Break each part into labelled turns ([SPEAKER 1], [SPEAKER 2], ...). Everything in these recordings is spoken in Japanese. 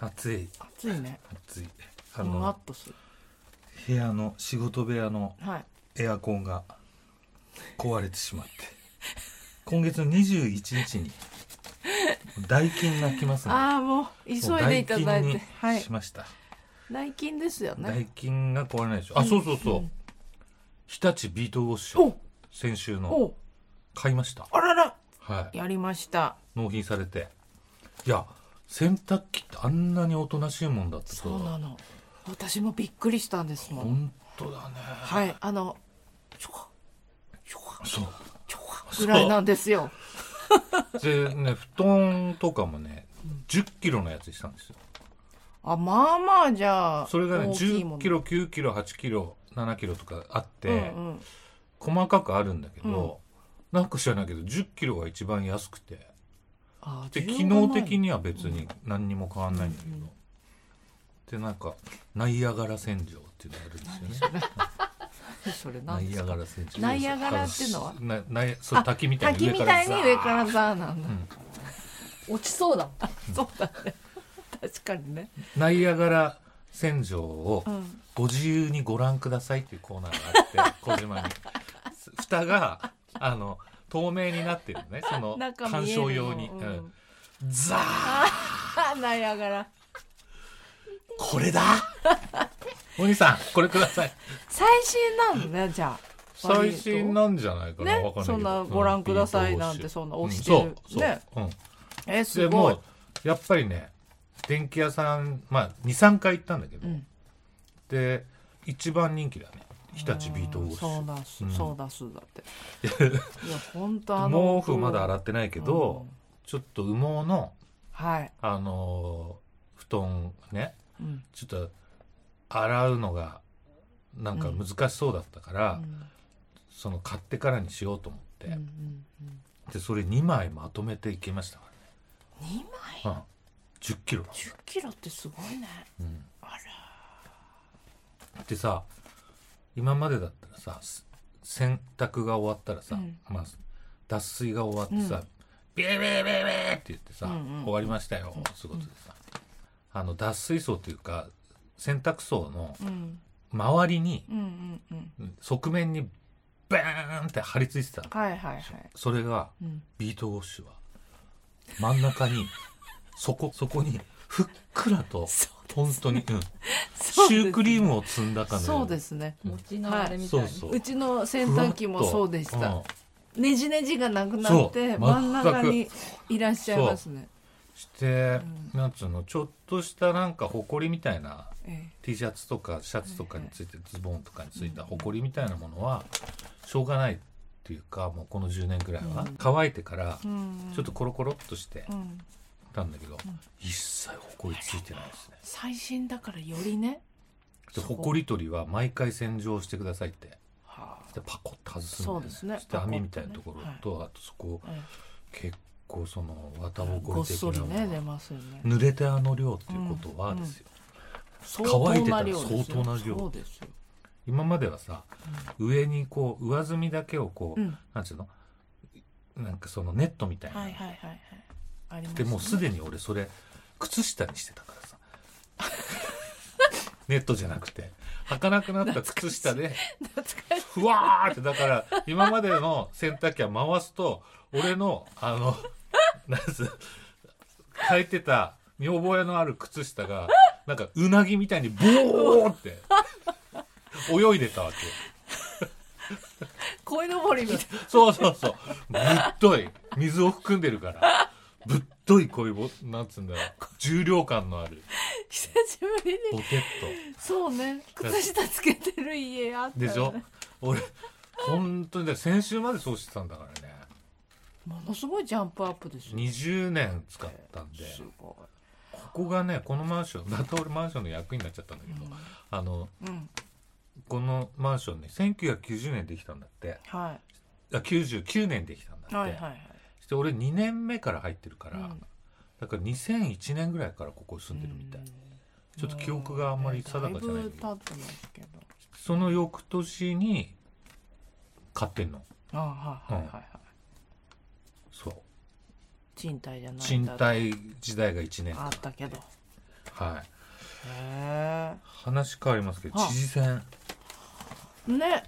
[SPEAKER 1] 暑い
[SPEAKER 2] 暑いね
[SPEAKER 1] 暑いあ
[SPEAKER 2] もわ
[SPEAKER 1] の
[SPEAKER 2] っとする
[SPEAKER 1] 部屋の仕事部屋の
[SPEAKER 2] はい
[SPEAKER 1] エアコンが壊れてしまって今月の21日に代金が来ますの
[SPEAKER 2] ああもう急
[SPEAKER 1] で
[SPEAKER 2] いでいただい
[SPEAKER 1] もう代
[SPEAKER 2] て
[SPEAKER 1] 金
[SPEAKER 2] は
[SPEAKER 1] に
[SPEAKER 2] い
[SPEAKER 1] しました、
[SPEAKER 2] 内勤ですよね
[SPEAKER 1] 代金が壊れないでしょあそうそうそう、日立ビートウォッシュ
[SPEAKER 2] お
[SPEAKER 1] 先週の
[SPEAKER 2] お
[SPEAKER 1] 買いました
[SPEAKER 2] あらら
[SPEAKER 1] はい
[SPEAKER 2] やりました
[SPEAKER 1] 納品されていや洗濯機ってあんなにおとなしいもんだったと
[SPEAKER 2] そうなの私もびっくりしたんですもん
[SPEAKER 1] 本当だね
[SPEAKER 2] はいあのちょこちょこ
[SPEAKER 1] そう
[SPEAKER 2] ちょこぐらいなんですよ
[SPEAKER 1] でね布団とかもね1 0キロのやつにしたんですよ
[SPEAKER 2] あまあまあじゃあ
[SPEAKER 1] それがね
[SPEAKER 2] 大きい
[SPEAKER 1] 1 0
[SPEAKER 2] もの
[SPEAKER 1] キロ9キロ8キロ7キロとかあって、
[SPEAKER 2] うんうん
[SPEAKER 1] 細かくあるんだけど、なんか知らないけど1 0キロが一番安くて
[SPEAKER 2] あ
[SPEAKER 1] で
[SPEAKER 2] 需
[SPEAKER 1] 機
[SPEAKER 2] 要がない
[SPEAKER 1] 能的には別に何にも変わんないんだけど、でなんかナイアガラ洗浄っていうのがあるんですよね
[SPEAKER 2] それな
[SPEAKER 1] ナ
[SPEAKER 2] んで
[SPEAKER 1] イ
[SPEAKER 2] す
[SPEAKER 1] ア
[SPEAKER 2] か
[SPEAKER 1] ガラ洗浄
[SPEAKER 2] ナイアガラっていうのは
[SPEAKER 1] あなナイそう滝みたいに
[SPEAKER 2] 滝みたいに上からザーなんだ、
[SPEAKER 3] 落ちそうだ
[SPEAKER 2] そうだね確かにね
[SPEAKER 1] ナイアガラ洗浄を
[SPEAKER 2] ん
[SPEAKER 1] ご自由にご覧くださいっていうコーナー があって小島に蓋があの透明になってるのねその
[SPEAKER 2] 中見
[SPEAKER 1] 鑑
[SPEAKER 2] えるの
[SPEAKER 1] 賞用に、
[SPEAKER 2] う
[SPEAKER 1] うんんザー
[SPEAKER 2] あナイアガラ
[SPEAKER 1] こ れだお兄さんこれください
[SPEAKER 2] 最新なのねじゃあ
[SPEAKER 1] 最新なんじゃないかな、
[SPEAKER 2] ね
[SPEAKER 1] わかんないけど
[SPEAKER 2] そんな
[SPEAKER 1] う
[SPEAKER 2] ご覧くださいなんてそんな押してる
[SPEAKER 1] うんそうそう
[SPEAKER 2] ね
[SPEAKER 1] うん
[SPEAKER 2] え
[SPEAKER 1] ですも
[SPEAKER 2] ごいう
[SPEAKER 1] やっぱりね電気屋さんまあ23回行ったんだけど、
[SPEAKER 2] うん
[SPEAKER 1] で一番人気だね日立ビートウォッシ
[SPEAKER 2] そう
[SPEAKER 1] ュ
[SPEAKER 2] だす、
[SPEAKER 1] うん
[SPEAKER 2] そうだすだって いや本当あの
[SPEAKER 1] 毛布まだ洗
[SPEAKER 2] っ
[SPEAKER 1] ってないけど、
[SPEAKER 2] うん
[SPEAKER 1] ちょっと羽毛の
[SPEAKER 2] はい、
[SPEAKER 1] あのー布団ね
[SPEAKER 2] うん
[SPEAKER 1] ちょっと洗うのがなんか難しそうだったから、
[SPEAKER 2] うん
[SPEAKER 1] その買ってからにしようと思って、
[SPEAKER 2] うんうんうん、
[SPEAKER 1] でそれ2枚まとめていきましたか
[SPEAKER 2] 2枚
[SPEAKER 1] らね、うん、1 0キロだ
[SPEAKER 2] 1 0キロってすごいね、
[SPEAKER 1] ん
[SPEAKER 2] あら
[SPEAKER 1] ってさ今までだったらさす洗濯が終わったらさ、
[SPEAKER 2] うん
[SPEAKER 1] まあ、脱水が終わってさ、ビリビリビリビリって言ってさ、
[SPEAKER 2] うんうん
[SPEAKER 1] 終わりましたよ、そういうことでさ、あの脱水槽というか洗濯槽の
[SPEAKER 2] うん、
[SPEAKER 1] 周りに、
[SPEAKER 2] うんうんうん
[SPEAKER 1] 側面にバーンって張り付いてたの
[SPEAKER 2] はいはいはい
[SPEAKER 1] それが、
[SPEAKER 2] ん
[SPEAKER 1] ビートウォッシュは真ん中にそこそこにふっくらと本当に、うんシュークリームを積んだかのよう
[SPEAKER 2] そう
[SPEAKER 1] に
[SPEAKER 2] ですね
[SPEAKER 3] 餅のあれみたい
[SPEAKER 1] そう
[SPEAKER 3] な
[SPEAKER 1] そう
[SPEAKER 2] うちの洗濯機もそうでし
[SPEAKER 1] ふわっと
[SPEAKER 2] た
[SPEAKER 1] ん
[SPEAKER 2] ねじねじがなくなって
[SPEAKER 1] そう
[SPEAKER 2] 真ん中
[SPEAKER 1] 全
[SPEAKER 2] にいらっしゃいますね
[SPEAKER 1] して、なんつうのちょっとしたなんかほこりみたいな
[SPEAKER 2] え
[SPEAKER 1] T シャツとかシャツとかについて、ズボンとかについたほこりみたいなものはしょうがないっていうかもうこの10年ぐらいは、乾いてから
[SPEAKER 2] えうん
[SPEAKER 1] ちょっとコロコロっとして
[SPEAKER 2] うん
[SPEAKER 1] たんだけど、一切ほこりついてないです ね
[SPEAKER 2] 最新だからよりね
[SPEAKER 1] で
[SPEAKER 2] そう
[SPEAKER 1] ほこり取りは毎回洗浄してくださいって
[SPEAKER 2] はあ
[SPEAKER 1] でパコッと外すんだ
[SPEAKER 2] そ
[SPEAKER 1] よ
[SPEAKER 2] う
[SPEAKER 1] ね
[SPEAKER 2] ですね
[SPEAKER 1] して網みたい
[SPEAKER 2] パ
[SPEAKER 1] なと
[SPEAKER 2] コッ
[SPEAKER 1] こと
[SPEAKER 2] ね
[SPEAKER 1] ろと、あとそこ、
[SPEAKER 2] え
[SPEAKER 1] 結構その綿ぼ
[SPEAKER 2] え
[SPEAKER 1] こ
[SPEAKER 2] ごっ
[SPEAKER 1] り的
[SPEAKER 2] そり
[SPEAKER 1] なものが
[SPEAKER 2] ね出ますよね
[SPEAKER 1] 濡れてあの量っていうことはですよ、
[SPEAKER 2] 相当な
[SPEAKER 1] 乾
[SPEAKER 2] 量
[SPEAKER 1] いてたら相当な
[SPEAKER 2] ですよ
[SPEAKER 1] 量
[SPEAKER 2] そうですよ
[SPEAKER 1] 今まではさ、上にこう上積みだけをこう、
[SPEAKER 2] うん
[SPEAKER 1] なんつうのなんかそのネットみたいな、
[SPEAKER 2] はいはいはいはいあります
[SPEAKER 1] でもうす
[SPEAKER 2] に
[SPEAKER 1] でに俺それ靴下にしてたから さネットじゃなくて履かなくなった靴下でふわーってだから今までの洗濯機は回すと俺のあのなんつ履いてた見覚えのある靴下がなんかうなぎみたいにボーって泳いでたわけ
[SPEAKER 2] 鯉のぼりみたい
[SPEAKER 1] そうそうそうぶっとい水を含んでるからぶっといこういうぼなんつうんだろう重量感のある
[SPEAKER 2] 久しぶり
[SPEAKER 1] ボ
[SPEAKER 2] に
[SPEAKER 1] ケッ
[SPEAKER 2] そうね靴下つけてる家あった
[SPEAKER 1] ト
[SPEAKER 2] よね
[SPEAKER 1] でしょ俺本当にね先週までそうしてたんだからね
[SPEAKER 2] ものすごいジャンプアップですよ
[SPEAKER 1] 20年使ったんです
[SPEAKER 2] ご
[SPEAKER 1] ここがねこのマンション また俺マンションの役員になっちゃったんだけど、あの
[SPEAKER 2] いうん
[SPEAKER 1] このマンションね1990年できたんだって
[SPEAKER 2] は
[SPEAKER 1] あ99年できたんだっ
[SPEAKER 2] い
[SPEAKER 1] て、
[SPEAKER 2] はいはいはい
[SPEAKER 1] そして俺2年目から入ってるから、
[SPEAKER 2] うん
[SPEAKER 1] だから2001年ぐらいからここに住んでるみたい、ちょっと記憶があんまり定かじゃない
[SPEAKER 2] だ
[SPEAKER 1] ん
[SPEAKER 2] い
[SPEAKER 1] だ
[SPEAKER 2] ぶ
[SPEAKER 1] け
[SPEAKER 2] 経
[SPEAKER 1] ど
[SPEAKER 2] ってますけど
[SPEAKER 1] その翌年に買ってんの
[SPEAKER 2] あはいはいはいはい
[SPEAKER 1] そう
[SPEAKER 2] 賃貸じゃない
[SPEAKER 1] 賃貸時代が1年
[SPEAKER 2] あ
[SPEAKER 1] 間
[SPEAKER 2] ったけど
[SPEAKER 1] はい
[SPEAKER 2] へ
[SPEAKER 1] 話変わりますけど
[SPEAKER 2] はあ
[SPEAKER 1] 知事選
[SPEAKER 2] えね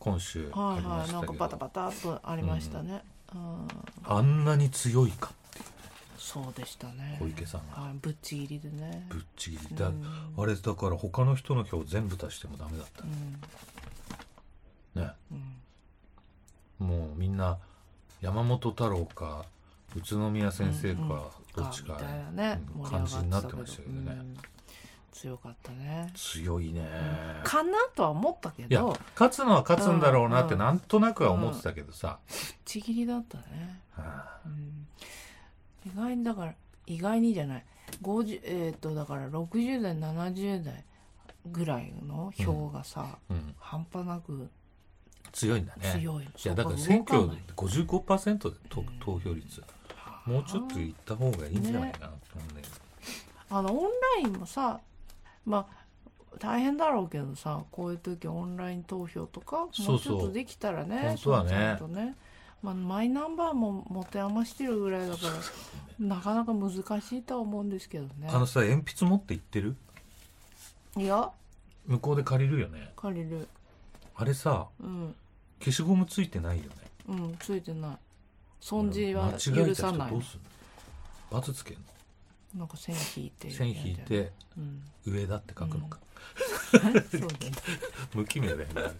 [SPEAKER 1] 今週あ
[SPEAKER 2] は
[SPEAKER 1] り
[SPEAKER 2] い
[SPEAKER 1] ま
[SPEAKER 2] は
[SPEAKER 1] し
[SPEAKER 2] い
[SPEAKER 1] た
[SPEAKER 2] なんか
[SPEAKER 1] け
[SPEAKER 2] バタ
[SPEAKER 1] ど
[SPEAKER 2] バタっとありましたねうん
[SPEAKER 1] あんなに強いか
[SPEAKER 2] そうでしたね
[SPEAKER 1] 小池さんが
[SPEAKER 2] はいぶっちぎりでね
[SPEAKER 1] ぶっちぎりだ
[SPEAKER 2] うん
[SPEAKER 1] あれだから他の人の票全部足してもダメだった
[SPEAKER 2] うん
[SPEAKER 1] ね
[SPEAKER 2] うん
[SPEAKER 1] もうみんな山本太郎か宇都宮先生
[SPEAKER 2] うんうん
[SPEAKER 1] かどっちか
[SPEAKER 2] みたいなね
[SPEAKER 1] うん
[SPEAKER 2] 盛り
[SPEAKER 1] 感じに
[SPEAKER 2] 上
[SPEAKER 1] な
[SPEAKER 2] が
[SPEAKER 1] っ
[SPEAKER 2] ってて
[SPEAKER 1] ま
[SPEAKER 2] ま
[SPEAKER 1] し
[SPEAKER 2] し
[SPEAKER 1] け
[SPEAKER 2] たたけ
[SPEAKER 1] ど
[SPEAKER 2] ど
[SPEAKER 1] ね
[SPEAKER 2] うん強かったね
[SPEAKER 1] 強いね
[SPEAKER 2] かなとは思ったけ
[SPEAKER 1] いや
[SPEAKER 2] ど
[SPEAKER 1] 勝つのは勝つんだろうなって
[SPEAKER 2] うん
[SPEAKER 1] なんとなくは思ってたけどさ
[SPEAKER 2] ぶっちぎりだったね
[SPEAKER 1] はあ
[SPEAKER 2] うん意外にだから意外にじゃない50えーっとだから60代70代ぐらいの票がさ、
[SPEAKER 1] うん
[SPEAKER 2] 半端なく
[SPEAKER 1] 強いんだね
[SPEAKER 2] 強いの、
[SPEAKER 1] いや
[SPEAKER 2] そこ
[SPEAKER 1] だから選挙
[SPEAKER 2] 動かない
[SPEAKER 1] 55%でと
[SPEAKER 2] うん
[SPEAKER 1] 投票率もうちょっといった方がいいんじゃないかなと思うんだけど
[SPEAKER 2] あのオンラインもさまあ大変だろうけどさこういう時オンライン投票とか
[SPEAKER 1] そうそう
[SPEAKER 2] もうちょっとできたらね
[SPEAKER 1] 本当はね
[SPEAKER 2] そのちゃんとねまあ、マイナンバーも持て余してるぐらいだからなかなか難しいとは思うんですけどね
[SPEAKER 1] あのさ鉛筆持って行ってる
[SPEAKER 2] いや
[SPEAKER 1] 向こうで借りるよね
[SPEAKER 2] 借りる
[SPEAKER 1] あれさ
[SPEAKER 2] うん
[SPEAKER 1] 消しゴムついてないよね
[SPEAKER 2] うんついてない損じは許さ
[SPEAKER 1] 間違
[SPEAKER 2] な
[SPEAKER 1] えた人
[SPEAKER 2] い
[SPEAKER 1] どうするの罰つけんの
[SPEAKER 2] なんか線引いて
[SPEAKER 1] 線引いて
[SPEAKER 2] うん
[SPEAKER 1] 上だって書くのか、
[SPEAKER 2] そうだね
[SPEAKER 1] 無記名だよね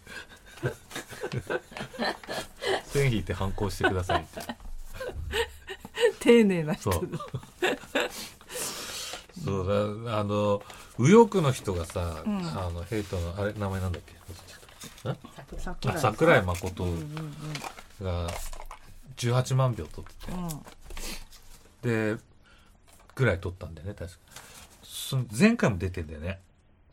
[SPEAKER 1] 線引いて反抗してくださいって
[SPEAKER 2] 丁寧な人
[SPEAKER 1] そう そうだあの右翼の人がさ、
[SPEAKER 2] うん
[SPEAKER 1] あのヘイトのあれ名前なんだっけ
[SPEAKER 2] 桜
[SPEAKER 1] あ
[SPEAKER 2] 井
[SPEAKER 1] 桜井誠
[SPEAKER 2] うんうん
[SPEAKER 1] が18万票取ってて
[SPEAKER 2] うんうん
[SPEAKER 1] でぐらい取ったんだよね確かその前回も出てんだよね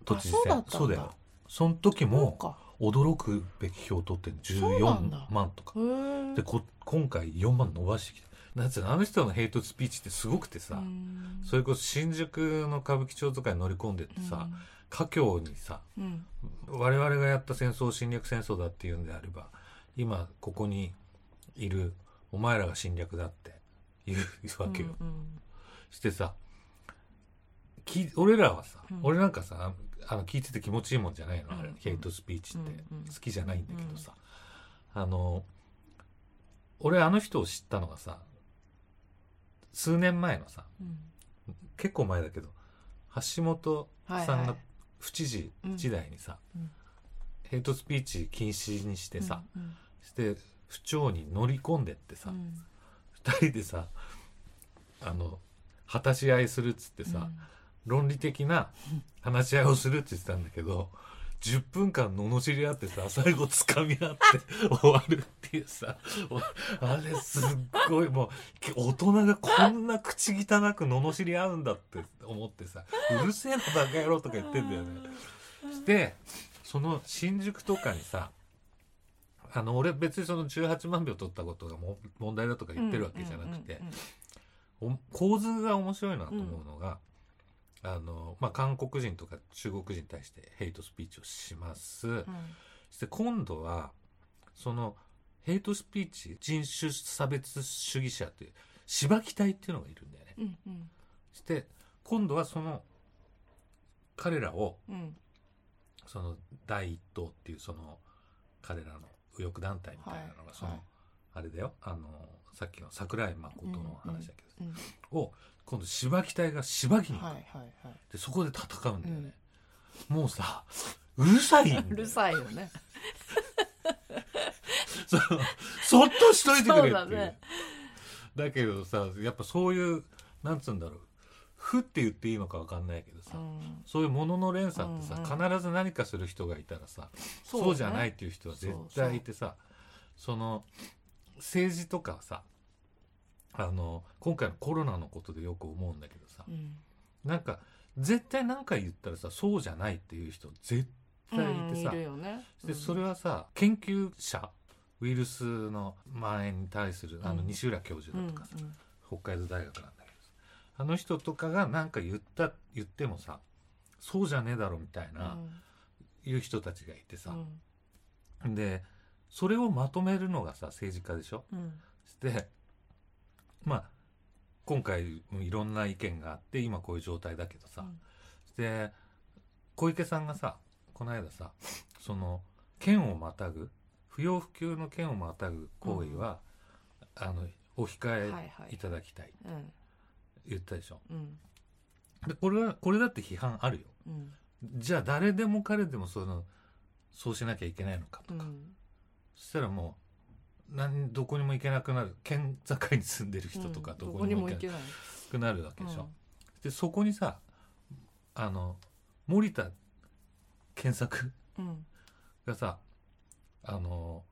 [SPEAKER 1] 都知事選
[SPEAKER 2] あそうだったんだ
[SPEAKER 1] だよその時
[SPEAKER 2] そう
[SPEAKER 1] も
[SPEAKER 2] か
[SPEAKER 1] 驚くべき票を取ってる
[SPEAKER 2] そうなんだ
[SPEAKER 1] 14万とか
[SPEAKER 2] へえ
[SPEAKER 1] でこ今回4万伸ばしてきたなぜあの人のヘイトスピーチってすごくてさ、
[SPEAKER 2] うん
[SPEAKER 1] それこそ新宿の歌舞伎町とかに乗り込んでってさ、華僑にさ
[SPEAKER 2] うん
[SPEAKER 1] 我々がやった戦争を侵略戦争だっていうんであれば今ここにいるお前らが侵略だって言う
[SPEAKER 2] う
[SPEAKER 1] わ
[SPEAKER 2] ん
[SPEAKER 1] けよ、
[SPEAKER 2] うん
[SPEAKER 1] してさき俺らはさ、
[SPEAKER 2] うん
[SPEAKER 1] 俺なんかさあの聞いてて気持ちいいもんじゃないの、あれ
[SPEAKER 2] うん
[SPEAKER 1] ヘイトスピーチって
[SPEAKER 2] うんうん
[SPEAKER 1] 好きじゃないんだけどさ、あの俺あの人を知ったのがさ数年前のさ
[SPEAKER 2] うん
[SPEAKER 1] 結構前だけど橋本
[SPEAKER 2] はい
[SPEAKER 1] さん
[SPEAKER 2] は
[SPEAKER 1] が
[SPEAKER 2] い
[SPEAKER 1] 府知事時代にさ、
[SPEAKER 2] うん
[SPEAKER 1] ヘイトスピーチ禁止にしてさ、
[SPEAKER 2] うん
[SPEAKER 1] して府庁に乗り込んでって
[SPEAKER 2] う
[SPEAKER 1] さ、
[SPEAKER 2] ん
[SPEAKER 1] 二人でさあの果たし合いするっつってさ、論理的な話し合いをするって言ってたんだけど10分間罵り合ってさ最後つかみ合って終わるっていうさおあれすっごいもうき大人がこんな口汚く罵り合うんだって思ってさうるせえなバカ野郎とか言ってんだよね。してその新宿とかにさあの俺別にその18万票取ったことがもう問題だとか言ってるわけじゃなくて
[SPEAKER 2] うんうん
[SPEAKER 1] お構図が面白いなと思うのが、あのまあ、韓国人とか中国人に対してヘイトスピーチをします、
[SPEAKER 2] うん
[SPEAKER 1] そして今度はそのヘイトスピーチ人種差別主義者というしばき隊っていうのがいるんだよね。
[SPEAKER 2] うんうん
[SPEAKER 1] そして今度はその彼らを
[SPEAKER 2] うん
[SPEAKER 1] その第一党っていうその彼らの右翼団体みたいなの
[SPEAKER 2] は
[SPEAKER 1] が
[SPEAKER 2] い
[SPEAKER 1] その、
[SPEAKER 2] はい
[SPEAKER 1] あれだよあのさっきの桜井誠の話だけど、
[SPEAKER 2] うん
[SPEAKER 1] を今度しばき隊がしばきに行く、
[SPEAKER 2] はいはいはい
[SPEAKER 1] でそこで戦うんだよね、もうさうるさいんだよ
[SPEAKER 2] うるさいよね
[SPEAKER 1] そのそっとしといてくれっていう
[SPEAKER 2] そう
[SPEAKER 1] だ
[SPEAKER 2] だね
[SPEAKER 1] けどさやっぱそういうなんつうんだろうふって言っていいのかわかんないけどさ、
[SPEAKER 2] うん
[SPEAKER 1] そういうものの連鎖ってさ、
[SPEAKER 2] うん
[SPEAKER 1] 必ず何かする人がいたらさそ
[SPEAKER 2] そ
[SPEAKER 1] うう,、
[SPEAKER 2] ね
[SPEAKER 1] じゃないっていう人は絶対いてさその政治とかさあの今回のコロナのことでよく思うんだけどさ、
[SPEAKER 2] うん
[SPEAKER 1] なんか絶対何か言ったらさそうじゃないっていう人絶対いてさ、
[SPEAKER 2] うんるよね
[SPEAKER 1] でそれ
[SPEAKER 2] は
[SPEAKER 1] はさ研究者ウイルスの蔓延に対するあの
[SPEAKER 2] うん
[SPEAKER 1] 西浦教授だとかさ、
[SPEAKER 2] うん
[SPEAKER 1] 北海道大学なんだけどさあの人とかが何か言った言ってもさそうじゃねえだろみたいな、いう人たちがいてさ、でそれをまとめるのがさ政治家でしょ
[SPEAKER 2] うん
[SPEAKER 1] してまあ今回うんいろんな意見があって今こういう状態だけどさ、で小池さんがさこの間さその県をまたぐ不要不急の県をまたぐ行為は、あのお
[SPEAKER 2] はい
[SPEAKER 1] 控
[SPEAKER 2] は
[SPEAKER 1] えい
[SPEAKER 2] い
[SPEAKER 1] ただきたい
[SPEAKER 2] うん
[SPEAKER 1] 言ったでしょ
[SPEAKER 2] うん
[SPEAKER 1] でこれはこれだって批判あるよ
[SPEAKER 2] うん
[SPEAKER 1] じゃあ誰でも彼でもそのそうしなきゃいけないのかと
[SPEAKER 2] う
[SPEAKER 1] か、
[SPEAKER 2] ん
[SPEAKER 1] そしたらもう何どこにも行けなくなる県境に住んでる人とか
[SPEAKER 2] うん
[SPEAKER 1] ど
[SPEAKER 2] ど
[SPEAKER 1] こ
[SPEAKER 2] こ
[SPEAKER 1] に
[SPEAKER 2] に
[SPEAKER 1] も
[SPEAKER 2] も
[SPEAKER 1] 行
[SPEAKER 2] 行
[SPEAKER 1] けな
[SPEAKER 2] けない
[SPEAKER 1] くなるわけでしょ、
[SPEAKER 2] うん
[SPEAKER 1] でそこにさあの森田健作
[SPEAKER 2] うん
[SPEAKER 1] がさあの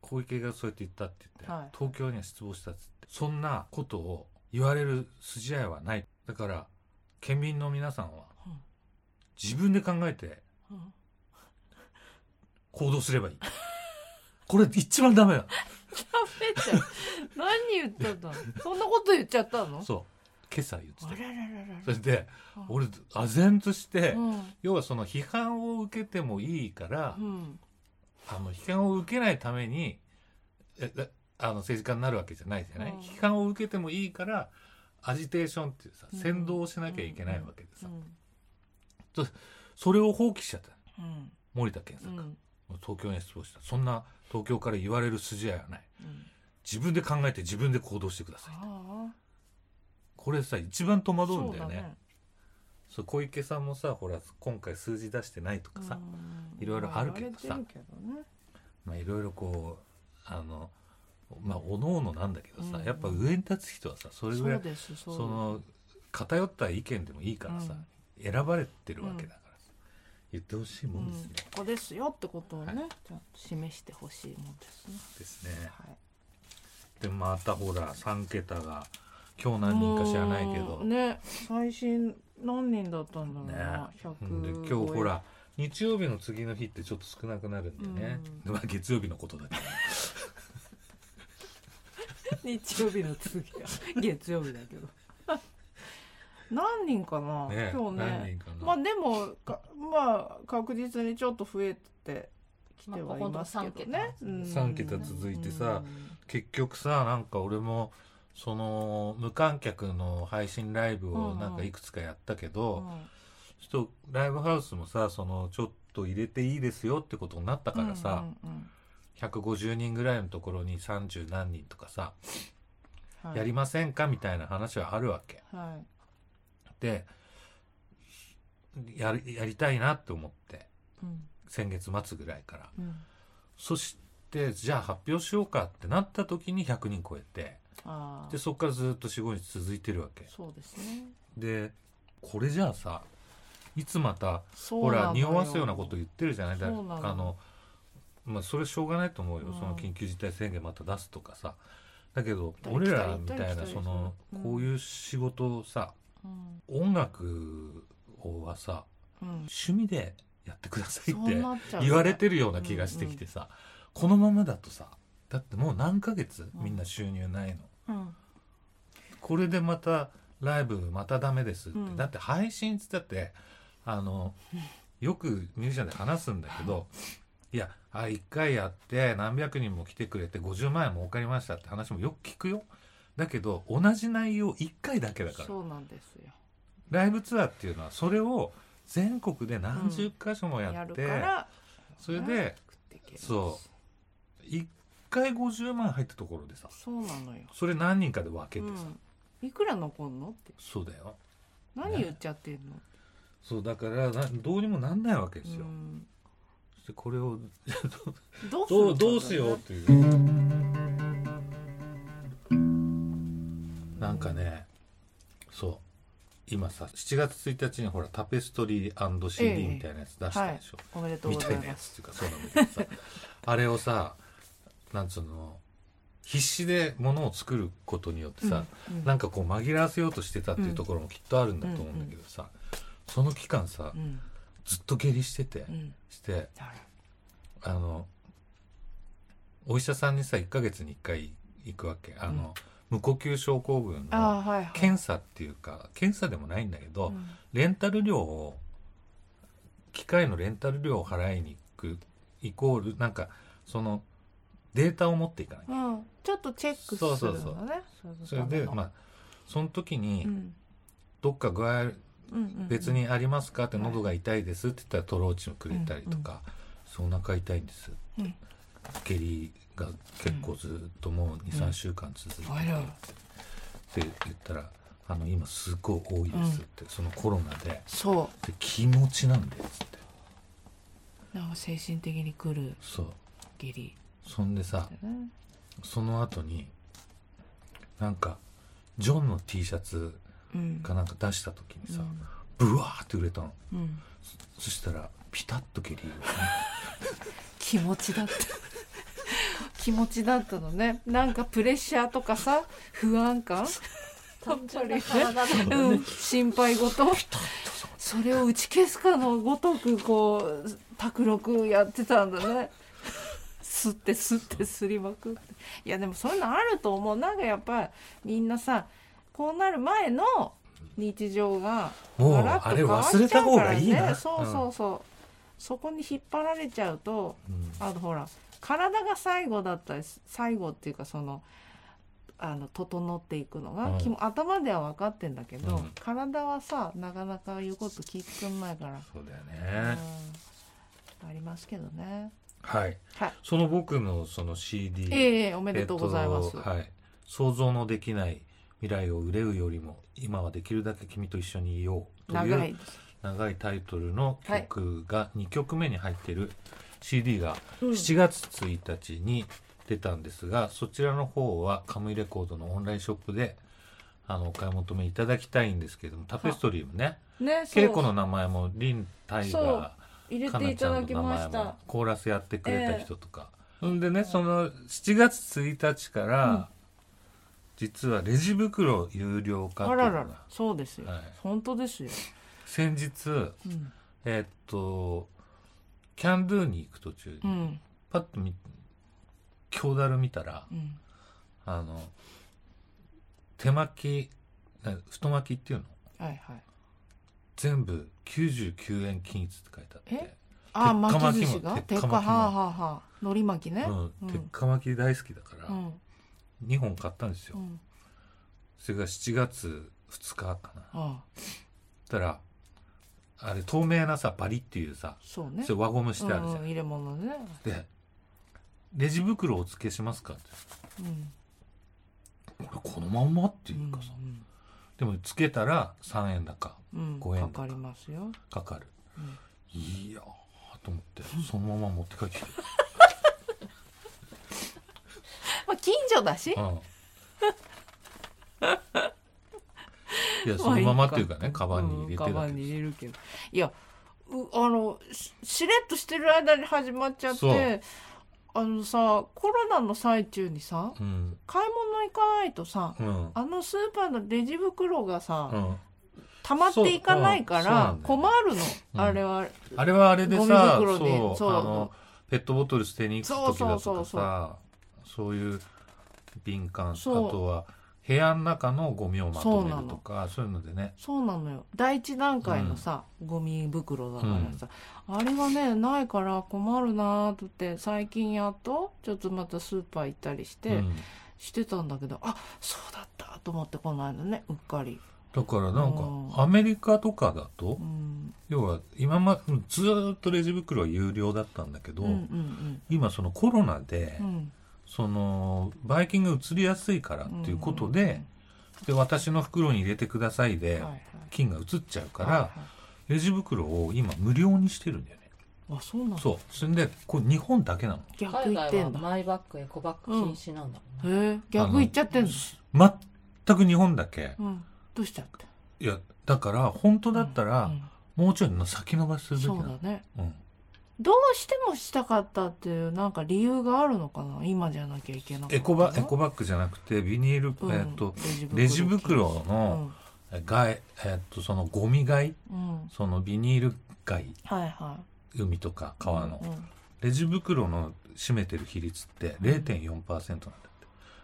[SPEAKER 1] 小池がそうやって言ったって言って、
[SPEAKER 2] はい
[SPEAKER 1] 東京には失望したっつってそんなことを言われる筋合いはないだから県民の皆さんは
[SPEAKER 2] うん
[SPEAKER 1] 自分で考えて
[SPEAKER 2] うん
[SPEAKER 1] 行動すればい いこれ一番ダメな
[SPEAKER 2] ペッちゃん何言ってたのそんなこと言っちゃったの
[SPEAKER 1] のそう今朝言って
[SPEAKER 2] あ
[SPEAKER 1] た
[SPEAKER 2] ららら
[SPEAKER 1] それで
[SPEAKER 2] ら
[SPEAKER 1] 俺唖然として、
[SPEAKER 2] うん
[SPEAKER 1] 要はその批判を受けてもいいから、
[SPEAKER 2] うん
[SPEAKER 1] あの批判を受けないためにええあの政治家になるわけじゃないじゃない、
[SPEAKER 2] うん
[SPEAKER 1] 批判を受けてもいいからアジテーションっていうさ
[SPEAKER 2] うん
[SPEAKER 1] 先導をしなきゃいけないわけでさ、
[SPEAKER 2] うん
[SPEAKER 1] それを放棄しちゃった
[SPEAKER 2] うん
[SPEAKER 1] 森田健
[SPEAKER 2] う
[SPEAKER 1] 作、
[SPEAKER 2] ん
[SPEAKER 1] もう東京に失望したそんな東京から言われる筋合いはない
[SPEAKER 2] うん
[SPEAKER 1] 自分で考えて自分で行動してください
[SPEAKER 2] ああ
[SPEAKER 1] これさ一番戸惑うんだよ
[SPEAKER 2] そう
[SPEAKER 1] ねそう小池さんもさほら今回数字出してないとかさ、
[SPEAKER 2] うん
[SPEAKER 1] いろいろあるけどさ
[SPEAKER 2] 言われてるけどね
[SPEAKER 1] まあいろいろこうあのまあおのおのなんだけどさ、
[SPEAKER 2] うん
[SPEAKER 1] やっぱ上に立つ人はさそれぐら
[SPEAKER 2] そ
[SPEAKER 1] いう
[SPEAKER 2] ですそう
[SPEAKER 1] その偏った意見でもいいからさ、選ばれてるわけだからさ、言ってほしいもんですね、
[SPEAKER 2] ここですよってことをね、
[SPEAKER 1] は
[SPEAKER 2] ちゃんと示してほしいもんですね。
[SPEAKER 1] ですね
[SPEAKER 2] はい、
[SPEAKER 1] でまたほら3桁が今日何人か知らないけど、
[SPEAKER 2] うんね最新何人だったんだろうな、
[SPEAKER 1] ねう
[SPEAKER 2] 百
[SPEAKER 1] んで今日ほら日曜日の次の日ってちょっと少なくなるんでね、
[SPEAKER 2] う
[SPEAKER 1] まあ月曜日のことだけど
[SPEAKER 2] 日曜日の次は月曜日だ けど何人かな、
[SPEAKER 1] ね
[SPEAKER 2] 今日
[SPEAKER 1] 何
[SPEAKER 2] ね
[SPEAKER 1] 人かな、
[SPEAKER 2] まあでもかまあ確実にちょっと増えてきてはいますけど
[SPEAKER 3] まあこ
[SPEAKER 2] ね、
[SPEAKER 3] この
[SPEAKER 2] うん
[SPEAKER 1] 三桁続いてさ結局さなんか俺もその無観客の配信ライブをなんかいくつかやったけど、
[SPEAKER 2] うんうん
[SPEAKER 1] ちょっとライブハウスもさそのちょっと入れていいですよってことになったからさ、
[SPEAKER 2] うんうん
[SPEAKER 1] 150人ぐらいのところに30何人とかさ、
[SPEAKER 2] うんはい
[SPEAKER 1] やりませんかみたいな話はあるわけ
[SPEAKER 2] はい
[SPEAKER 1] でやりやりたいなって思って
[SPEAKER 2] うん
[SPEAKER 1] 先月末ぐらいから
[SPEAKER 2] うん
[SPEAKER 1] そしてじゃあ発表しようかってなった時に100人超えて
[SPEAKER 2] あ
[SPEAKER 1] で
[SPEAKER 2] あ
[SPEAKER 1] そこからずっと45日続いてるわけ
[SPEAKER 2] そうですね
[SPEAKER 1] でこれじゃあさいつまた
[SPEAKER 2] ほ
[SPEAKER 1] ほら匂わすようなこと言ってるじゃないだ
[SPEAKER 2] そうなの
[SPEAKER 1] あのまあそれしょうがないと思うよ、
[SPEAKER 2] うん
[SPEAKER 1] その緊急事態宣言また出すとかさだけど
[SPEAKER 2] 行ったり
[SPEAKER 1] 俺
[SPEAKER 2] 来たり
[SPEAKER 1] らみたい
[SPEAKER 2] 行った
[SPEAKER 1] な
[SPEAKER 2] り来たり
[SPEAKER 1] その、
[SPEAKER 2] うん
[SPEAKER 1] こういう仕事をさ
[SPEAKER 2] うん
[SPEAKER 1] 音楽はさ
[SPEAKER 2] うん
[SPEAKER 1] 趣味でやってください
[SPEAKER 2] そう
[SPEAKER 1] って
[SPEAKER 2] なっちゃうね
[SPEAKER 1] 言われてるような気がしてきてさ、このままだとさだってもう何ヶ月
[SPEAKER 2] うん
[SPEAKER 1] みんな収入ないの、
[SPEAKER 2] うん
[SPEAKER 1] これでまたライブまたダメですって、
[SPEAKER 2] うん
[SPEAKER 1] だって配信っつったってあのよくミュージシャンで話すんだけどいやあ1回やって何百人も来てくれて50万円儲かりましたって話もよく聞くよだけど同じ内容1回だけだから
[SPEAKER 2] そうなんですよ
[SPEAKER 1] ライブツアーっていうのはそれを全国で何十箇所も
[SPEAKER 2] や
[SPEAKER 1] やっ
[SPEAKER 2] る
[SPEAKER 1] て、
[SPEAKER 2] から
[SPEAKER 1] それ
[SPEAKER 2] ね
[SPEAKER 1] で
[SPEAKER 2] 食っていける
[SPEAKER 1] そ1回50万入ったところでさ
[SPEAKER 2] そうなのよ、
[SPEAKER 1] それ何人かで分け
[SPEAKER 2] う
[SPEAKER 1] てさ、
[SPEAKER 2] ん、いくら残んのって
[SPEAKER 1] そうだよ
[SPEAKER 2] 何言っちゃってんの、
[SPEAKER 1] そうだからなどうにもなんないわけです
[SPEAKER 2] う
[SPEAKER 1] よ、
[SPEAKER 2] ん、
[SPEAKER 1] そしてこれを
[SPEAKER 2] どうする
[SPEAKER 1] どうどうしようっていうなんかねそう今さ7月1日にほらタペストリー &CD
[SPEAKER 2] ええ
[SPEAKER 1] みたいなやつ出したでしょ、
[SPEAKER 2] おめでとう
[SPEAKER 1] み
[SPEAKER 2] ご
[SPEAKER 1] た
[SPEAKER 2] ざい
[SPEAKER 1] いなや
[SPEAKER 2] ます
[SPEAKER 1] つっていうかそうなんだけどさあれをさなんつうの必死でものを作ることによってさ、
[SPEAKER 2] うんうん
[SPEAKER 1] なんかこう紛らわせようとしてたっていうところもきっとあるんだと思うんだけどさ、その期間さ
[SPEAKER 2] うん
[SPEAKER 1] ずっと下痢してて、
[SPEAKER 2] うん
[SPEAKER 1] して
[SPEAKER 2] だから
[SPEAKER 1] あのお医者さんにさ1ヶ月に1回行くわけあの、無呼吸症候群
[SPEAKER 2] ああ
[SPEAKER 1] の
[SPEAKER 2] はいはい
[SPEAKER 1] 検査っていうか検査でもないんだけど、
[SPEAKER 2] うん
[SPEAKER 1] レンタル料を機械のレンタル料を払いに行くイコールなんかそのデータを持っていかなきゃ
[SPEAKER 2] うん、ちょっとチェックするのね
[SPEAKER 1] そうそうそうそれで
[SPEAKER 2] あ
[SPEAKER 1] まあその時に、
[SPEAKER 2] うん
[SPEAKER 1] どっか具合
[SPEAKER 2] うんうん
[SPEAKER 1] 別にありますかって喉が痛いですって言ったらトローチをくれたりとか、そうお腹痛いんです、
[SPEAKER 2] うん
[SPEAKER 1] 下痢が結構ずっともう23、週間続いてて
[SPEAKER 2] あら
[SPEAKER 1] って言ったら「あの今すごい多いです」って、そのコロナで
[SPEAKER 2] そ
[SPEAKER 1] で気持ちなんだよ」っつって
[SPEAKER 2] うなんか精神的に来る
[SPEAKER 1] そう
[SPEAKER 2] 下痢
[SPEAKER 1] そんでさ
[SPEAKER 2] だね
[SPEAKER 1] その後になんかジョンの T シャツ
[SPEAKER 2] うん
[SPEAKER 1] かなんか出した時にさ、
[SPEAKER 2] うん
[SPEAKER 1] ブワーって売れたの
[SPEAKER 2] うん
[SPEAKER 1] そしたらピタッと 下痢
[SPEAKER 2] 気持ち だった気持ちだったのねなんかプレッシャーとかさ不安感
[SPEAKER 3] 単純な体だね
[SPEAKER 2] うん、心配事それを打ち消すかのごとくこう卓録やってたんだね吸って吸ってすりまくっていやでもそういうのあると思うなんかやっぱりみんなさこうなる前の日常が
[SPEAKER 1] もう
[SPEAKER 2] ガラッと
[SPEAKER 1] あれ
[SPEAKER 2] 変わっちゃ
[SPEAKER 1] 忘
[SPEAKER 2] う
[SPEAKER 1] れた方がいいな
[SPEAKER 2] からねそうそうそう、そこに引っ張られちゃうと
[SPEAKER 1] うん
[SPEAKER 2] あとほら体が最後だったりす最後っていうかそのあの整っていくのが、
[SPEAKER 1] うん
[SPEAKER 2] 気も頭では分かってんだけど、
[SPEAKER 1] うん
[SPEAKER 2] 体はさなかなか言うこと聞いてくんないから、
[SPEAKER 1] そうだよ
[SPEAKER 2] うん
[SPEAKER 1] ね、
[SPEAKER 2] ありますけどね
[SPEAKER 1] はい
[SPEAKER 2] はい
[SPEAKER 1] その僕のその CD
[SPEAKER 2] ええおめでとうございます、
[SPEAKER 1] えっとはい、想像のできない未来を憂うよりも今はできるだけ君と一緒にいようという
[SPEAKER 2] 長
[SPEAKER 1] 長い
[SPEAKER 2] いです
[SPEAKER 1] タイトルの曲が2曲目に入ってる CD が
[SPEAKER 3] うん
[SPEAKER 1] 7月1日に出たんですが、そちらの方はカムイレコードのオンラインショップであのお買い求めいただきたいんですけどもタペストリーもね
[SPEAKER 2] ねそう
[SPEAKER 1] 稽古の名前もリン・タイ
[SPEAKER 3] そう
[SPEAKER 1] ガー
[SPEAKER 3] 入れ
[SPEAKER 1] か
[SPEAKER 3] て
[SPEAKER 1] ないち
[SPEAKER 3] た
[SPEAKER 1] ゃ
[SPEAKER 3] だ
[SPEAKER 1] ん
[SPEAKER 3] き
[SPEAKER 1] の名
[SPEAKER 3] ま
[SPEAKER 1] 前
[SPEAKER 3] した
[SPEAKER 1] もコーラスやってくれた人とか、ほんでねその7月1日から、実はレジ袋有料化って
[SPEAKER 2] あ
[SPEAKER 1] いうの
[SPEAKER 2] ら
[SPEAKER 1] が
[SPEAKER 2] ららそうですよ、
[SPEAKER 1] はい
[SPEAKER 2] 本当ですよ、
[SPEAKER 1] 先日
[SPEAKER 2] うん
[SPEAKER 1] えーっとキャンドゥに行く途中に、
[SPEAKER 2] うん
[SPEAKER 1] パッと見京だる見たら
[SPEAKER 2] うん、
[SPEAKER 1] あの手巻きな太巻きっていうの
[SPEAKER 2] はいはい
[SPEAKER 1] 全部99円均一って書いてあって
[SPEAKER 2] えあー
[SPEAKER 1] 鉄火
[SPEAKER 2] 巻
[SPEAKER 1] 巻きも
[SPEAKER 2] き寿司が
[SPEAKER 1] 鉄
[SPEAKER 2] 鉄
[SPEAKER 1] 火
[SPEAKER 2] 火
[SPEAKER 1] 巻
[SPEAKER 2] は
[SPEAKER 1] き
[SPEAKER 2] あ
[SPEAKER 1] も
[SPEAKER 2] はあはあ海苔巻きね
[SPEAKER 1] うん、鉄火巻き大好きだから、
[SPEAKER 2] うん
[SPEAKER 1] 2本買ったんですよ、
[SPEAKER 2] うん
[SPEAKER 1] それが7月2日かな。だっ
[SPEAKER 2] ああ
[SPEAKER 1] たら、あれ透明なさ、バリっていうさ、
[SPEAKER 2] そうね
[SPEAKER 1] それ輪ゴムしてあるじゃ。
[SPEAKER 2] うんん、入れ物ね、
[SPEAKER 1] で、レジ袋をお付けしますかって。
[SPEAKER 2] うん、
[SPEAKER 1] 俺このまんまっていうかさ。
[SPEAKER 2] うん
[SPEAKER 1] でも付けたら3円高
[SPEAKER 2] うん
[SPEAKER 1] ご縁だ
[SPEAKER 2] かかりますよ、
[SPEAKER 1] かかる。
[SPEAKER 2] うん
[SPEAKER 1] いやーと思って、そのまま持って帰ってきた。
[SPEAKER 2] まあ、近所だし
[SPEAKER 1] うんいや、そのままっていうかね、カバンに入れて
[SPEAKER 2] うんカバ
[SPEAKER 1] だ
[SPEAKER 2] ンに
[SPEAKER 1] け
[SPEAKER 2] 入れるけどいやうあのししれっとしてる間に始まっちゃっ
[SPEAKER 1] そう
[SPEAKER 2] てあのさコロナの最中にさ
[SPEAKER 1] うん。
[SPEAKER 2] 買い物行かないとさ
[SPEAKER 1] うん。
[SPEAKER 2] あのスーパーのレジ袋がさ、
[SPEAKER 1] うん。
[SPEAKER 2] 溜まっていかないか
[SPEAKER 1] そうう
[SPEAKER 2] ら
[SPEAKER 1] んそう
[SPEAKER 2] 困
[SPEAKER 1] な
[SPEAKER 2] るの、
[SPEAKER 1] うん
[SPEAKER 2] あれは
[SPEAKER 1] あれはあれでさ、
[SPEAKER 2] ゴミ袋に
[SPEAKER 1] そう、
[SPEAKER 2] そう
[SPEAKER 1] あの、ペットボトル捨てに行く時だ
[SPEAKER 2] そ
[SPEAKER 1] とか
[SPEAKER 2] うそうそう
[SPEAKER 1] さ、そういう敏感、あ
[SPEAKER 2] そう
[SPEAKER 1] とは部屋の中のゴミをまとめるとか、そういうのでね。
[SPEAKER 2] そうなのよ第一段階のさ、ゴミ袋だからさ、あれがねないから困るなーって最近やっとちょっとまたスーパー行ったりして、
[SPEAKER 1] うん
[SPEAKER 2] してたんだけどあそうだったと思ってこの間ねうっかり、
[SPEAKER 1] だからなんか
[SPEAKER 2] うん
[SPEAKER 1] アメリカとかだと
[SPEAKER 2] うん、
[SPEAKER 1] 要は今まずーっとレジ袋は有料だったんだけど、
[SPEAKER 2] うんうん
[SPEAKER 1] 今そのコロナで、
[SPEAKER 2] うんうん
[SPEAKER 1] そのばい菌が移りやすいからっていうことで,、で私の袋に入れてくださいで、
[SPEAKER 2] はいはい
[SPEAKER 1] 菌が移っちゃうから、
[SPEAKER 2] はいはい
[SPEAKER 1] レジ袋を今無料にしてるんだよね。
[SPEAKER 2] あそうなの
[SPEAKER 1] そう。そんで、これ日本だけな
[SPEAKER 2] 逆
[SPEAKER 3] 海
[SPEAKER 2] 言っ
[SPEAKER 3] 外
[SPEAKER 2] て
[SPEAKER 3] は
[SPEAKER 2] んだ
[SPEAKER 3] マイバッグエコバッグ禁止なんだもんね、
[SPEAKER 2] へえ逆言っちゃってんの
[SPEAKER 1] の。全く日本だけ。
[SPEAKER 2] うんどうしちゃって
[SPEAKER 1] いや、だから、本当だったら、
[SPEAKER 2] う
[SPEAKER 1] もうちょいの先延ばしする
[SPEAKER 2] ん
[SPEAKER 1] べき
[SPEAKER 2] そ
[SPEAKER 1] な
[SPEAKER 2] う
[SPEAKER 1] の。
[SPEAKER 2] だね
[SPEAKER 1] うん。
[SPEAKER 2] どうしてもしたかったっていうなんか理由があるのかな今じゃなきゃいけなかった
[SPEAKER 1] エコバ、エコバッグじゃなくて、ビニール、
[SPEAKER 2] うん
[SPEAKER 1] えっと、レ
[SPEAKER 2] レ
[SPEAKER 1] ジ
[SPEAKER 2] ジ
[SPEAKER 1] 袋
[SPEAKER 2] 袋
[SPEAKER 1] の外、えっと、そのゴミ外、
[SPEAKER 2] うん、うん、
[SPEAKER 1] そのビニール外、
[SPEAKER 2] はいはい
[SPEAKER 1] 海とか川の
[SPEAKER 2] う、ん
[SPEAKER 1] レジ袋の占めてる比率って0.4%なんだって。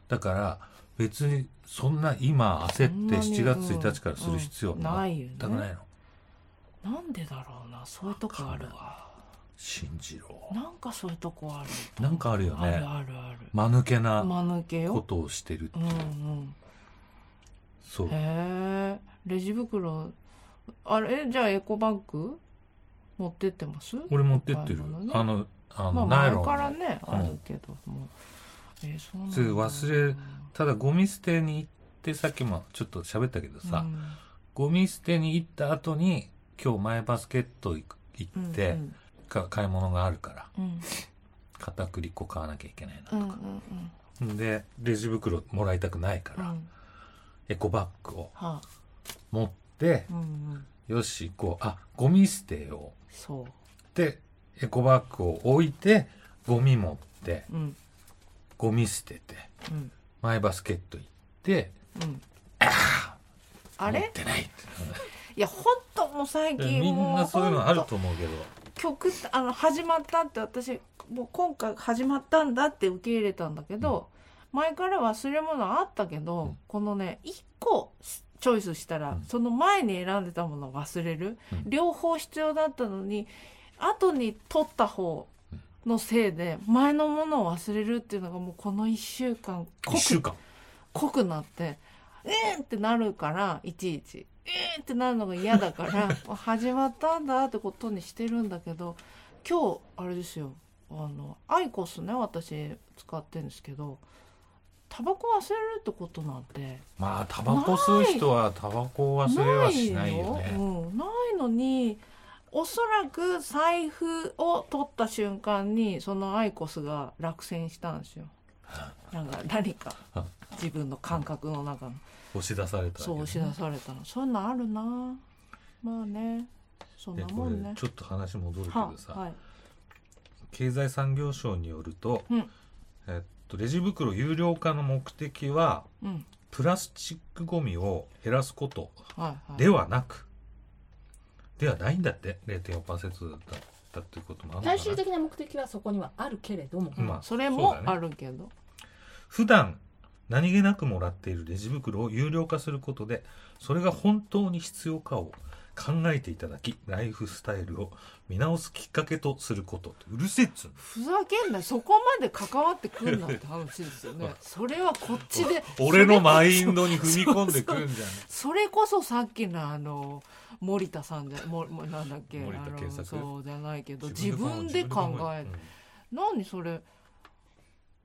[SPEAKER 1] だから、別に、そんな今焦って
[SPEAKER 2] そんなに
[SPEAKER 1] 7月1日からする必要
[SPEAKER 2] うんないよね
[SPEAKER 1] 全くないの。
[SPEAKER 2] なんでだろうなそういうとこあるわ
[SPEAKER 1] 信じろ。
[SPEAKER 2] なんかそういうとこある
[SPEAKER 1] なんかあるよ
[SPEAKER 2] ある
[SPEAKER 1] ね。
[SPEAKER 2] あるある
[SPEAKER 1] 間抜け
[SPEAKER 2] 間
[SPEAKER 1] な
[SPEAKER 2] 抜け
[SPEAKER 1] こ
[SPEAKER 2] よ
[SPEAKER 1] とをしてるって
[SPEAKER 2] う
[SPEAKER 1] い
[SPEAKER 2] ん
[SPEAKER 1] う
[SPEAKER 2] うん
[SPEAKER 1] そう
[SPEAKER 2] へえレジ袋あれえじゃあエコバッグ持ってってます
[SPEAKER 1] 俺持ってってる
[SPEAKER 2] なるほどね
[SPEAKER 1] あのあ
[SPEAKER 2] まあ
[SPEAKER 1] のナイ
[SPEAKER 2] 前
[SPEAKER 1] ロン
[SPEAKER 2] からね
[SPEAKER 1] うん
[SPEAKER 2] あるけどもうえーそうなんだ
[SPEAKER 1] それ忘れただゴミ捨てに行ってさっきもちょっと喋ったけどさ、
[SPEAKER 2] うん
[SPEAKER 1] ゴミ捨てに行った後に今日マイバスケット行く行
[SPEAKER 2] うん
[SPEAKER 1] って、
[SPEAKER 2] うん
[SPEAKER 1] か買い物があるから
[SPEAKER 2] うん
[SPEAKER 1] 片栗粉買わなきゃいけないな
[SPEAKER 2] う
[SPEAKER 1] と
[SPEAKER 2] んうん
[SPEAKER 1] か、でレジ袋もらいたくないか
[SPEAKER 2] うんう
[SPEAKER 1] ら、
[SPEAKER 2] ん
[SPEAKER 1] エコバッグを
[SPEAKER 2] はあ
[SPEAKER 1] 持って
[SPEAKER 2] う、んうん
[SPEAKER 1] よし行こうあゴミ捨てよ
[SPEAKER 2] そう
[SPEAKER 1] でエコバッグを置いてゴミ持って
[SPEAKER 2] ううん
[SPEAKER 1] ゴミ捨てて
[SPEAKER 2] うん
[SPEAKER 1] マイバスケット行って
[SPEAKER 2] うんあ
[SPEAKER 1] 持っ
[SPEAKER 2] れ
[SPEAKER 1] て ないって
[SPEAKER 2] いや本当もう最
[SPEAKER 1] なる
[SPEAKER 2] 近
[SPEAKER 1] みんなそういうのある
[SPEAKER 2] もうほん
[SPEAKER 1] と思うけど
[SPEAKER 2] 曲あの始まったって私もう今回始まったんだって受け入れたんだけど、前から忘れ物あったけど、
[SPEAKER 1] うん
[SPEAKER 2] このね1個チョイスした
[SPEAKER 1] う
[SPEAKER 2] ら、
[SPEAKER 1] ん
[SPEAKER 2] その前に選んでたものを忘れる、
[SPEAKER 1] うん
[SPEAKER 2] 両方必要だったのに後に取った方のせいで前のものを忘れるっていうのがもうこの1週間濃
[SPEAKER 1] 1週
[SPEAKER 2] く
[SPEAKER 1] 間
[SPEAKER 2] 濃くなって「えー!」ってなるからいちいち「えー!」ってなるのが嫌だから あ始まったんだってことにしてるんだけど今日あれですよあのアイコスね私使ってるんですけどタバコ忘れるってことなんて
[SPEAKER 1] まあタバコ吸う人はタバコを忘れはしないよね
[SPEAKER 2] うん、ないのにおそらく財布を取った瞬間にそのアイコスが落選したんですよ。なんか何か自分の感覚の中の。
[SPEAKER 1] 押し出されたわけ
[SPEAKER 2] そう押し出されたのそういうのあるなまあねそん
[SPEAKER 1] で
[SPEAKER 2] な
[SPEAKER 1] こ
[SPEAKER 2] もん
[SPEAKER 1] れ
[SPEAKER 2] ね
[SPEAKER 1] ちょっと話戻るけ
[SPEAKER 2] は
[SPEAKER 1] どさ、
[SPEAKER 2] はい
[SPEAKER 1] 経済産業省によると、
[SPEAKER 2] うん
[SPEAKER 1] えっと、レジ袋有料化の目的は
[SPEAKER 2] うん
[SPEAKER 1] プラスチックごみを減らすこと
[SPEAKER 2] はいはい
[SPEAKER 1] ではなく、ではないんだって0.4%だったっていうこともあるの
[SPEAKER 3] 最
[SPEAKER 1] か
[SPEAKER 3] 終
[SPEAKER 1] な
[SPEAKER 3] 的な目的はそこにはあるけれども、
[SPEAKER 1] まあ
[SPEAKER 2] それ
[SPEAKER 1] そう
[SPEAKER 2] も
[SPEAKER 1] だね
[SPEAKER 2] あるけど
[SPEAKER 1] 普段何気なくもらっているレジ袋を有料化することでそれが本当に必要かを考えていただきライフスタイルを見直すきっかけとすることうるせえっつうの
[SPEAKER 2] ふざけんなそこまで関わってくるなって話ですよねそれはこっちで
[SPEAKER 1] 俺のマイ
[SPEAKER 2] そ
[SPEAKER 1] ン
[SPEAKER 2] れ
[SPEAKER 1] ドに踏み込んでくるんじゃね
[SPEAKER 2] それこそさっきのあの森田さんじゃももなんだっけ
[SPEAKER 1] 森田
[SPEAKER 2] あの
[SPEAKER 1] 健作
[SPEAKER 2] そうじゃないけど
[SPEAKER 1] 自
[SPEAKER 2] 自
[SPEAKER 1] 分
[SPEAKER 2] 分
[SPEAKER 1] で
[SPEAKER 2] で
[SPEAKER 1] 考
[SPEAKER 2] 考
[SPEAKER 1] え
[SPEAKER 2] え
[SPEAKER 1] る
[SPEAKER 2] る、何それ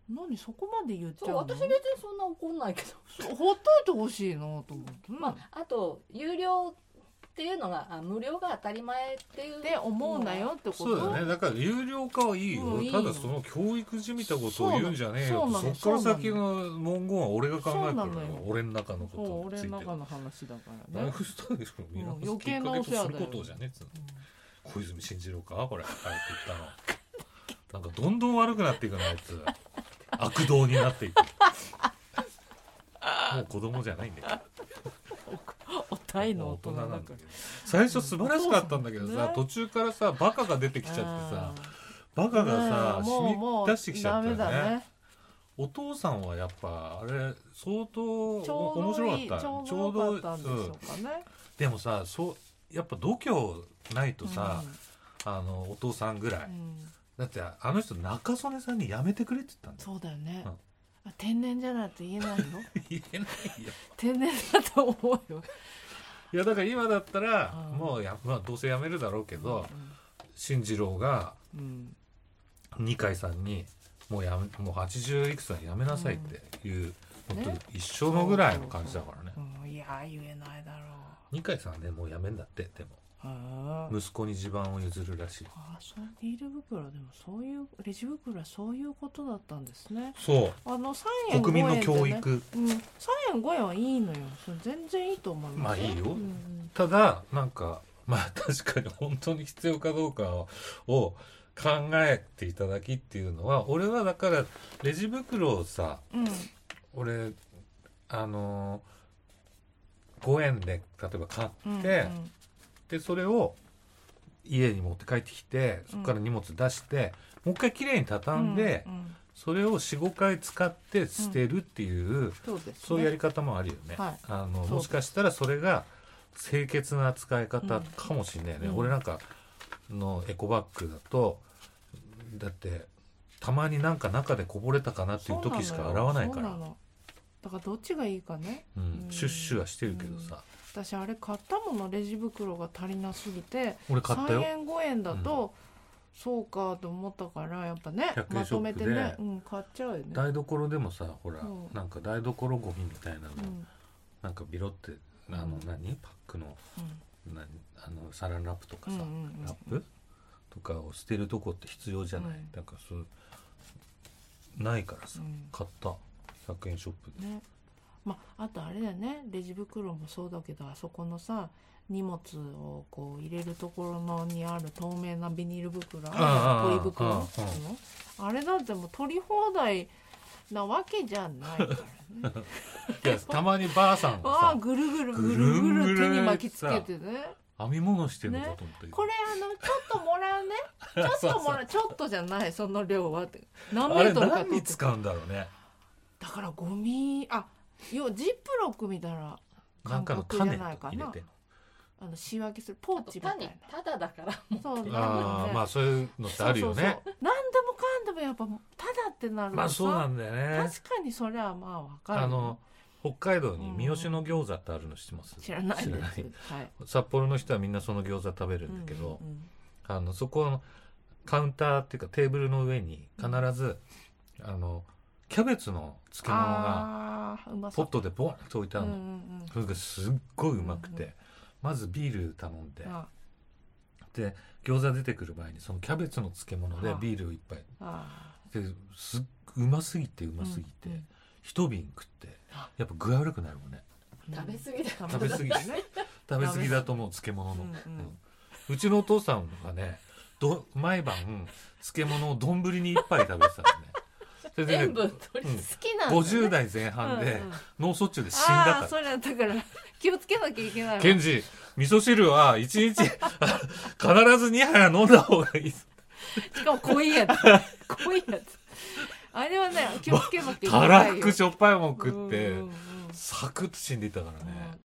[SPEAKER 2] 何そこまで言っちゃ
[SPEAKER 3] そうう
[SPEAKER 2] の
[SPEAKER 3] 私別にそんな怒んないけど、
[SPEAKER 2] ほっといてほしいなと思って、うん
[SPEAKER 3] まああと有料っていうのがあ無料が当たり前っていう
[SPEAKER 2] って思うなよってこと
[SPEAKER 1] そうだねだから有料化はいいよ、
[SPEAKER 2] うんいい
[SPEAKER 1] た
[SPEAKER 2] よ
[SPEAKER 1] だその教育じみたことを言うんじゃねえよ
[SPEAKER 2] そう
[SPEAKER 1] と
[SPEAKER 2] な
[SPEAKER 1] そ
[SPEAKER 2] の
[SPEAKER 1] っから
[SPEAKER 2] そうなの
[SPEAKER 1] 先の文言は俺が考えてる
[SPEAKER 2] そうな
[SPEAKER 1] の
[SPEAKER 2] の
[SPEAKER 1] よ
[SPEAKER 2] よ
[SPEAKER 1] 俺の中のこ
[SPEAKER 2] そう
[SPEAKER 1] とに
[SPEAKER 2] 俺
[SPEAKER 1] つい
[SPEAKER 2] の
[SPEAKER 1] て
[SPEAKER 2] 中の話だか
[SPEAKER 1] ラ
[SPEAKER 2] ら
[SPEAKER 1] イ
[SPEAKER 2] ね
[SPEAKER 1] フスタイルを見
[SPEAKER 2] うん
[SPEAKER 1] 直
[SPEAKER 2] 余
[SPEAKER 1] すきっ
[SPEAKER 2] 計
[SPEAKER 1] か
[SPEAKER 2] な
[SPEAKER 1] け
[SPEAKER 2] お
[SPEAKER 1] とす
[SPEAKER 2] 世話
[SPEAKER 1] る
[SPEAKER 2] だよ
[SPEAKER 1] ことをじゃねえっつうの小泉進次郎かこれ早く言ったのなんかどんどん悪くなっていくなあいつ悪童になってい くもう子供じゃないんだよ
[SPEAKER 2] おたいの
[SPEAKER 1] 大
[SPEAKER 2] 大
[SPEAKER 1] 人
[SPEAKER 2] 人
[SPEAKER 1] な
[SPEAKER 2] だ
[SPEAKER 1] ん
[SPEAKER 2] か
[SPEAKER 1] だ
[SPEAKER 2] ら
[SPEAKER 1] けど最初素晴らしかったんだけど
[SPEAKER 2] お父
[SPEAKER 1] さ
[SPEAKER 2] さんね
[SPEAKER 1] 途中からさバカが出てきちゃってさバカがさ染み出してきちゃったよねお父さんはやっぱあれ相当
[SPEAKER 2] ちょう
[SPEAKER 1] 面
[SPEAKER 2] ど
[SPEAKER 1] 白
[SPEAKER 2] いい
[SPEAKER 1] かった
[SPEAKER 2] ちょう
[SPEAKER 1] ちょう
[SPEAKER 2] ど
[SPEAKER 1] ど
[SPEAKER 2] よかったんでし
[SPEAKER 1] うん
[SPEAKER 2] ょうかね、
[SPEAKER 1] でもさそうやっぱ度胸ないとさ、
[SPEAKER 2] う
[SPEAKER 1] あのお父さんぐらい、
[SPEAKER 2] んうん
[SPEAKER 1] だってあの人中曽根さんにやめてくれって言ったんだよ
[SPEAKER 2] そうだよね、
[SPEAKER 1] うん
[SPEAKER 2] あ天然じゃないと言えないよ
[SPEAKER 1] 言えないよ
[SPEAKER 2] 天然だと思うよ、
[SPEAKER 1] いやだから今だったら
[SPEAKER 2] うん
[SPEAKER 1] もうや、まあ、どうせやめるだろうけど、
[SPEAKER 2] う
[SPEAKER 1] 進次郎が
[SPEAKER 2] んうん
[SPEAKER 1] 二階さんにもうやめもう80いくつはやめなさいっていう、
[SPEAKER 2] うん
[SPEAKER 1] 本
[SPEAKER 2] ね
[SPEAKER 1] 当一生のぐらいの感じだからね
[SPEAKER 2] うん、いや言えないだろ
[SPEAKER 1] 二階さんはねもうやめんだってでも
[SPEAKER 2] うあ
[SPEAKER 1] 息子に地盤を譲るらしい
[SPEAKER 2] あそうビール袋でもそういうレジ袋はそういうことだったんですね
[SPEAKER 1] そ
[SPEAKER 2] あの
[SPEAKER 1] う
[SPEAKER 2] 3円
[SPEAKER 1] 国民の教
[SPEAKER 2] 5円でね
[SPEAKER 1] 育、
[SPEAKER 2] うん、3円5円はいいのよそれ全然いいと思い
[SPEAKER 1] ま
[SPEAKER 2] ま
[SPEAKER 1] あ
[SPEAKER 2] す
[SPEAKER 1] いいよ、
[SPEAKER 2] うん
[SPEAKER 1] ただなんかまあ確かに本当に必要かどうかを考えていただきっていうのは俺はだからレジ袋をさ
[SPEAKER 2] うん
[SPEAKER 1] 俺あのー5円で例えば買って、
[SPEAKER 2] うん
[SPEAKER 1] でそれを家に持って帰ってきてそこから荷物出して、もう一回きれいに
[SPEAKER 2] う
[SPEAKER 1] 畳んで、
[SPEAKER 2] ううん
[SPEAKER 1] それを45回使って捨てるっていう、
[SPEAKER 2] そうです、ね、
[SPEAKER 1] そういうやり方もあるよね、
[SPEAKER 2] はい
[SPEAKER 1] あの
[SPEAKER 2] そう
[SPEAKER 1] もしかしたらそれが清潔な使い方かもしれないね、
[SPEAKER 2] うん
[SPEAKER 1] 俺なんかのエコバッグだとだってたまになんか中でこぼれたかなっていう時しか洗わないか
[SPEAKER 2] そう
[SPEAKER 1] ら
[SPEAKER 2] なのだからどっちがいいかね
[SPEAKER 1] うん、シュッシュはしてるけどさ、
[SPEAKER 2] 私あれ買ったものレジ袋が足りなすぎて
[SPEAKER 1] 俺買った
[SPEAKER 2] 3
[SPEAKER 1] よ
[SPEAKER 2] 円5円だと、そうかと思ったからやっぱね
[SPEAKER 1] 100円
[SPEAKER 2] まとめて
[SPEAKER 1] ショ
[SPEAKER 2] ね
[SPEAKER 1] ッ、プ
[SPEAKER 2] うん、買っちゃうよね。
[SPEAKER 1] 台所でもさほら、
[SPEAKER 2] うん
[SPEAKER 1] なんか台所ゴミみたいなの、
[SPEAKER 2] うん
[SPEAKER 1] なんかビロってあの
[SPEAKER 2] うん
[SPEAKER 1] 何パックの
[SPEAKER 2] うん
[SPEAKER 1] 何あのサランラップとかさ、
[SPEAKER 2] うんうんうん
[SPEAKER 1] ラップとかを捨てるとこって必要じゃない、
[SPEAKER 2] うん
[SPEAKER 1] なんかそうないからさ、
[SPEAKER 2] うん
[SPEAKER 1] 買った100円ショップで、
[SPEAKER 2] ねまあ、あとあれだよねレジ袋もそうだけどあそこのさ荷物をこう入れるところのにある透明なビニール袋あるじゃん
[SPEAKER 1] うんうん
[SPEAKER 2] ポ
[SPEAKER 1] うん
[SPEAKER 2] リ袋
[SPEAKER 1] うんうん
[SPEAKER 2] っていうのあれだってもう取り放題なわけじゃないからね
[SPEAKER 1] いやたまにばあさん
[SPEAKER 2] わ
[SPEAKER 1] が
[SPEAKER 2] あ
[SPEAKER 1] さ
[SPEAKER 2] ぐるぐるぐ
[SPEAKER 1] ぐ
[SPEAKER 2] るぐ
[SPEAKER 1] るんぐ
[SPEAKER 2] る
[SPEAKER 1] る
[SPEAKER 2] 手に巻きつけてね
[SPEAKER 1] 編み物してるのかと思ったけど、
[SPEAKER 2] これあのちょっともらうねちょっともらうちょっとじゃないその量はって何メ
[SPEAKER 1] あれ
[SPEAKER 2] ートルか
[SPEAKER 1] 何
[SPEAKER 2] 取っ
[SPEAKER 1] に
[SPEAKER 2] て
[SPEAKER 1] 使うんだろうね
[SPEAKER 2] だからゴミあ要はジップロックみたいな
[SPEAKER 1] な
[SPEAKER 2] 感
[SPEAKER 1] んかの
[SPEAKER 2] 覚じゃ
[SPEAKER 1] 種と
[SPEAKER 2] ないか
[SPEAKER 1] か入れ
[SPEAKER 2] な
[SPEAKER 1] てんの
[SPEAKER 2] あの仕分けするポー
[SPEAKER 3] あと
[SPEAKER 2] チみた
[SPEAKER 3] 単
[SPEAKER 2] い
[SPEAKER 3] に
[SPEAKER 2] な。
[SPEAKER 3] ただだから
[SPEAKER 2] そうなんだ
[SPEAKER 1] ああまあそういうのってあるよね
[SPEAKER 2] そうそうそう何でもかんでもやっぱただってなると
[SPEAKER 1] まあそうな
[SPEAKER 2] さ
[SPEAKER 1] んだよね
[SPEAKER 2] 確かにそれはまあわかるよ
[SPEAKER 1] あの北海道に三好の餃子ってあるの知ってます
[SPEAKER 2] 知らない
[SPEAKER 1] 知
[SPEAKER 2] です
[SPEAKER 1] らない
[SPEAKER 2] はい
[SPEAKER 1] 札幌の人はみんなその餃子食べるんだけど、
[SPEAKER 2] うんうん
[SPEAKER 1] あのそこのカウンターっていうかテーブルの上に必ず、あのキャベツの漬物が
[SPEAKER 2] あーうまそ
[SPEAKER 1] ポ
[SPEAKER 2] う
[SPEAKER 1] ットでボンと置いてある
[SPEAKER 2] うん
[SPEAKER 1] の、
[SPEAKER 2] うんうん
[SPEAKER 1] それがすっごいうまくて、
[SPEAKER 2] うん
[SPEAKER 1] まずビール頼んで、
[SPEAKER 2] あ
[SPEAKER 1] で餃子出てくる前にそのキャベツの漬物で
[SPEAKER 2] あ
[SPEAKER 1] ビールを一杯
[SPEAKER 2] あ
[SPEAKER 1] ですっうますぎてうますぎて、
[SPEAKER 2] うんうん
[SPEAKER 1] 一瓶食って
[SPEAKER 2] あ
[SPEAKER 1] やっぱ具合悪くなるもんね
[SPEAKER 3] 食べ過ぎだよ
[SPEAKER 1] 食べ過ぎてね食べ過ぎだと思う漬物の、
[SPEAKER 2] うん
[SPEAKER 1] う
[SPEAKER 2] うん
[SPEAKER 1] んうちのお父さんがねど毎晩漬物を丼に一杯食べてた のねそれでね
[SPEAKER 3] 塩分取り
[SPEAKER 1] うん
[SPEAKER 3] す
[SPEAKER 2] 好きなんだ
[SPEAKER 1] 50代前半で
[SPEAKER 2] うんうん
[SPEAKER 1] 脳卒中で死ん
[SPEAKER 2] あ
[SPEAKER 1] だ
[SPEAKER 2] あ
[SPEAKER 1] か
[SPEAKER 2] それはだから 気をつけなきゃいけない
[SPEAKER 1] ら
[SPEAKER 2] わ
[SPEAKER 1] ケンジ味噌汁は1日 必ず2杯は飲んだ方がいい
[SPEAKER 2] しかも濃いやつ 濃いやつあれはね気をつけなきゃいけ
[SPEAKER 1] た
[SPEAKER 2] な
[SPEAKER 1] ら
[SPEAKER 2] い
[SPEAKER 1] ふ
[SPEAKER 2] よ
[SPEAKER 1] くしょっぱいもん食っ
[SPEAKER 2] う
[SPEAKER 1] て
[SPEAKER 2] んうんうん
[SPEAKER 1] サクッと死んでいったからね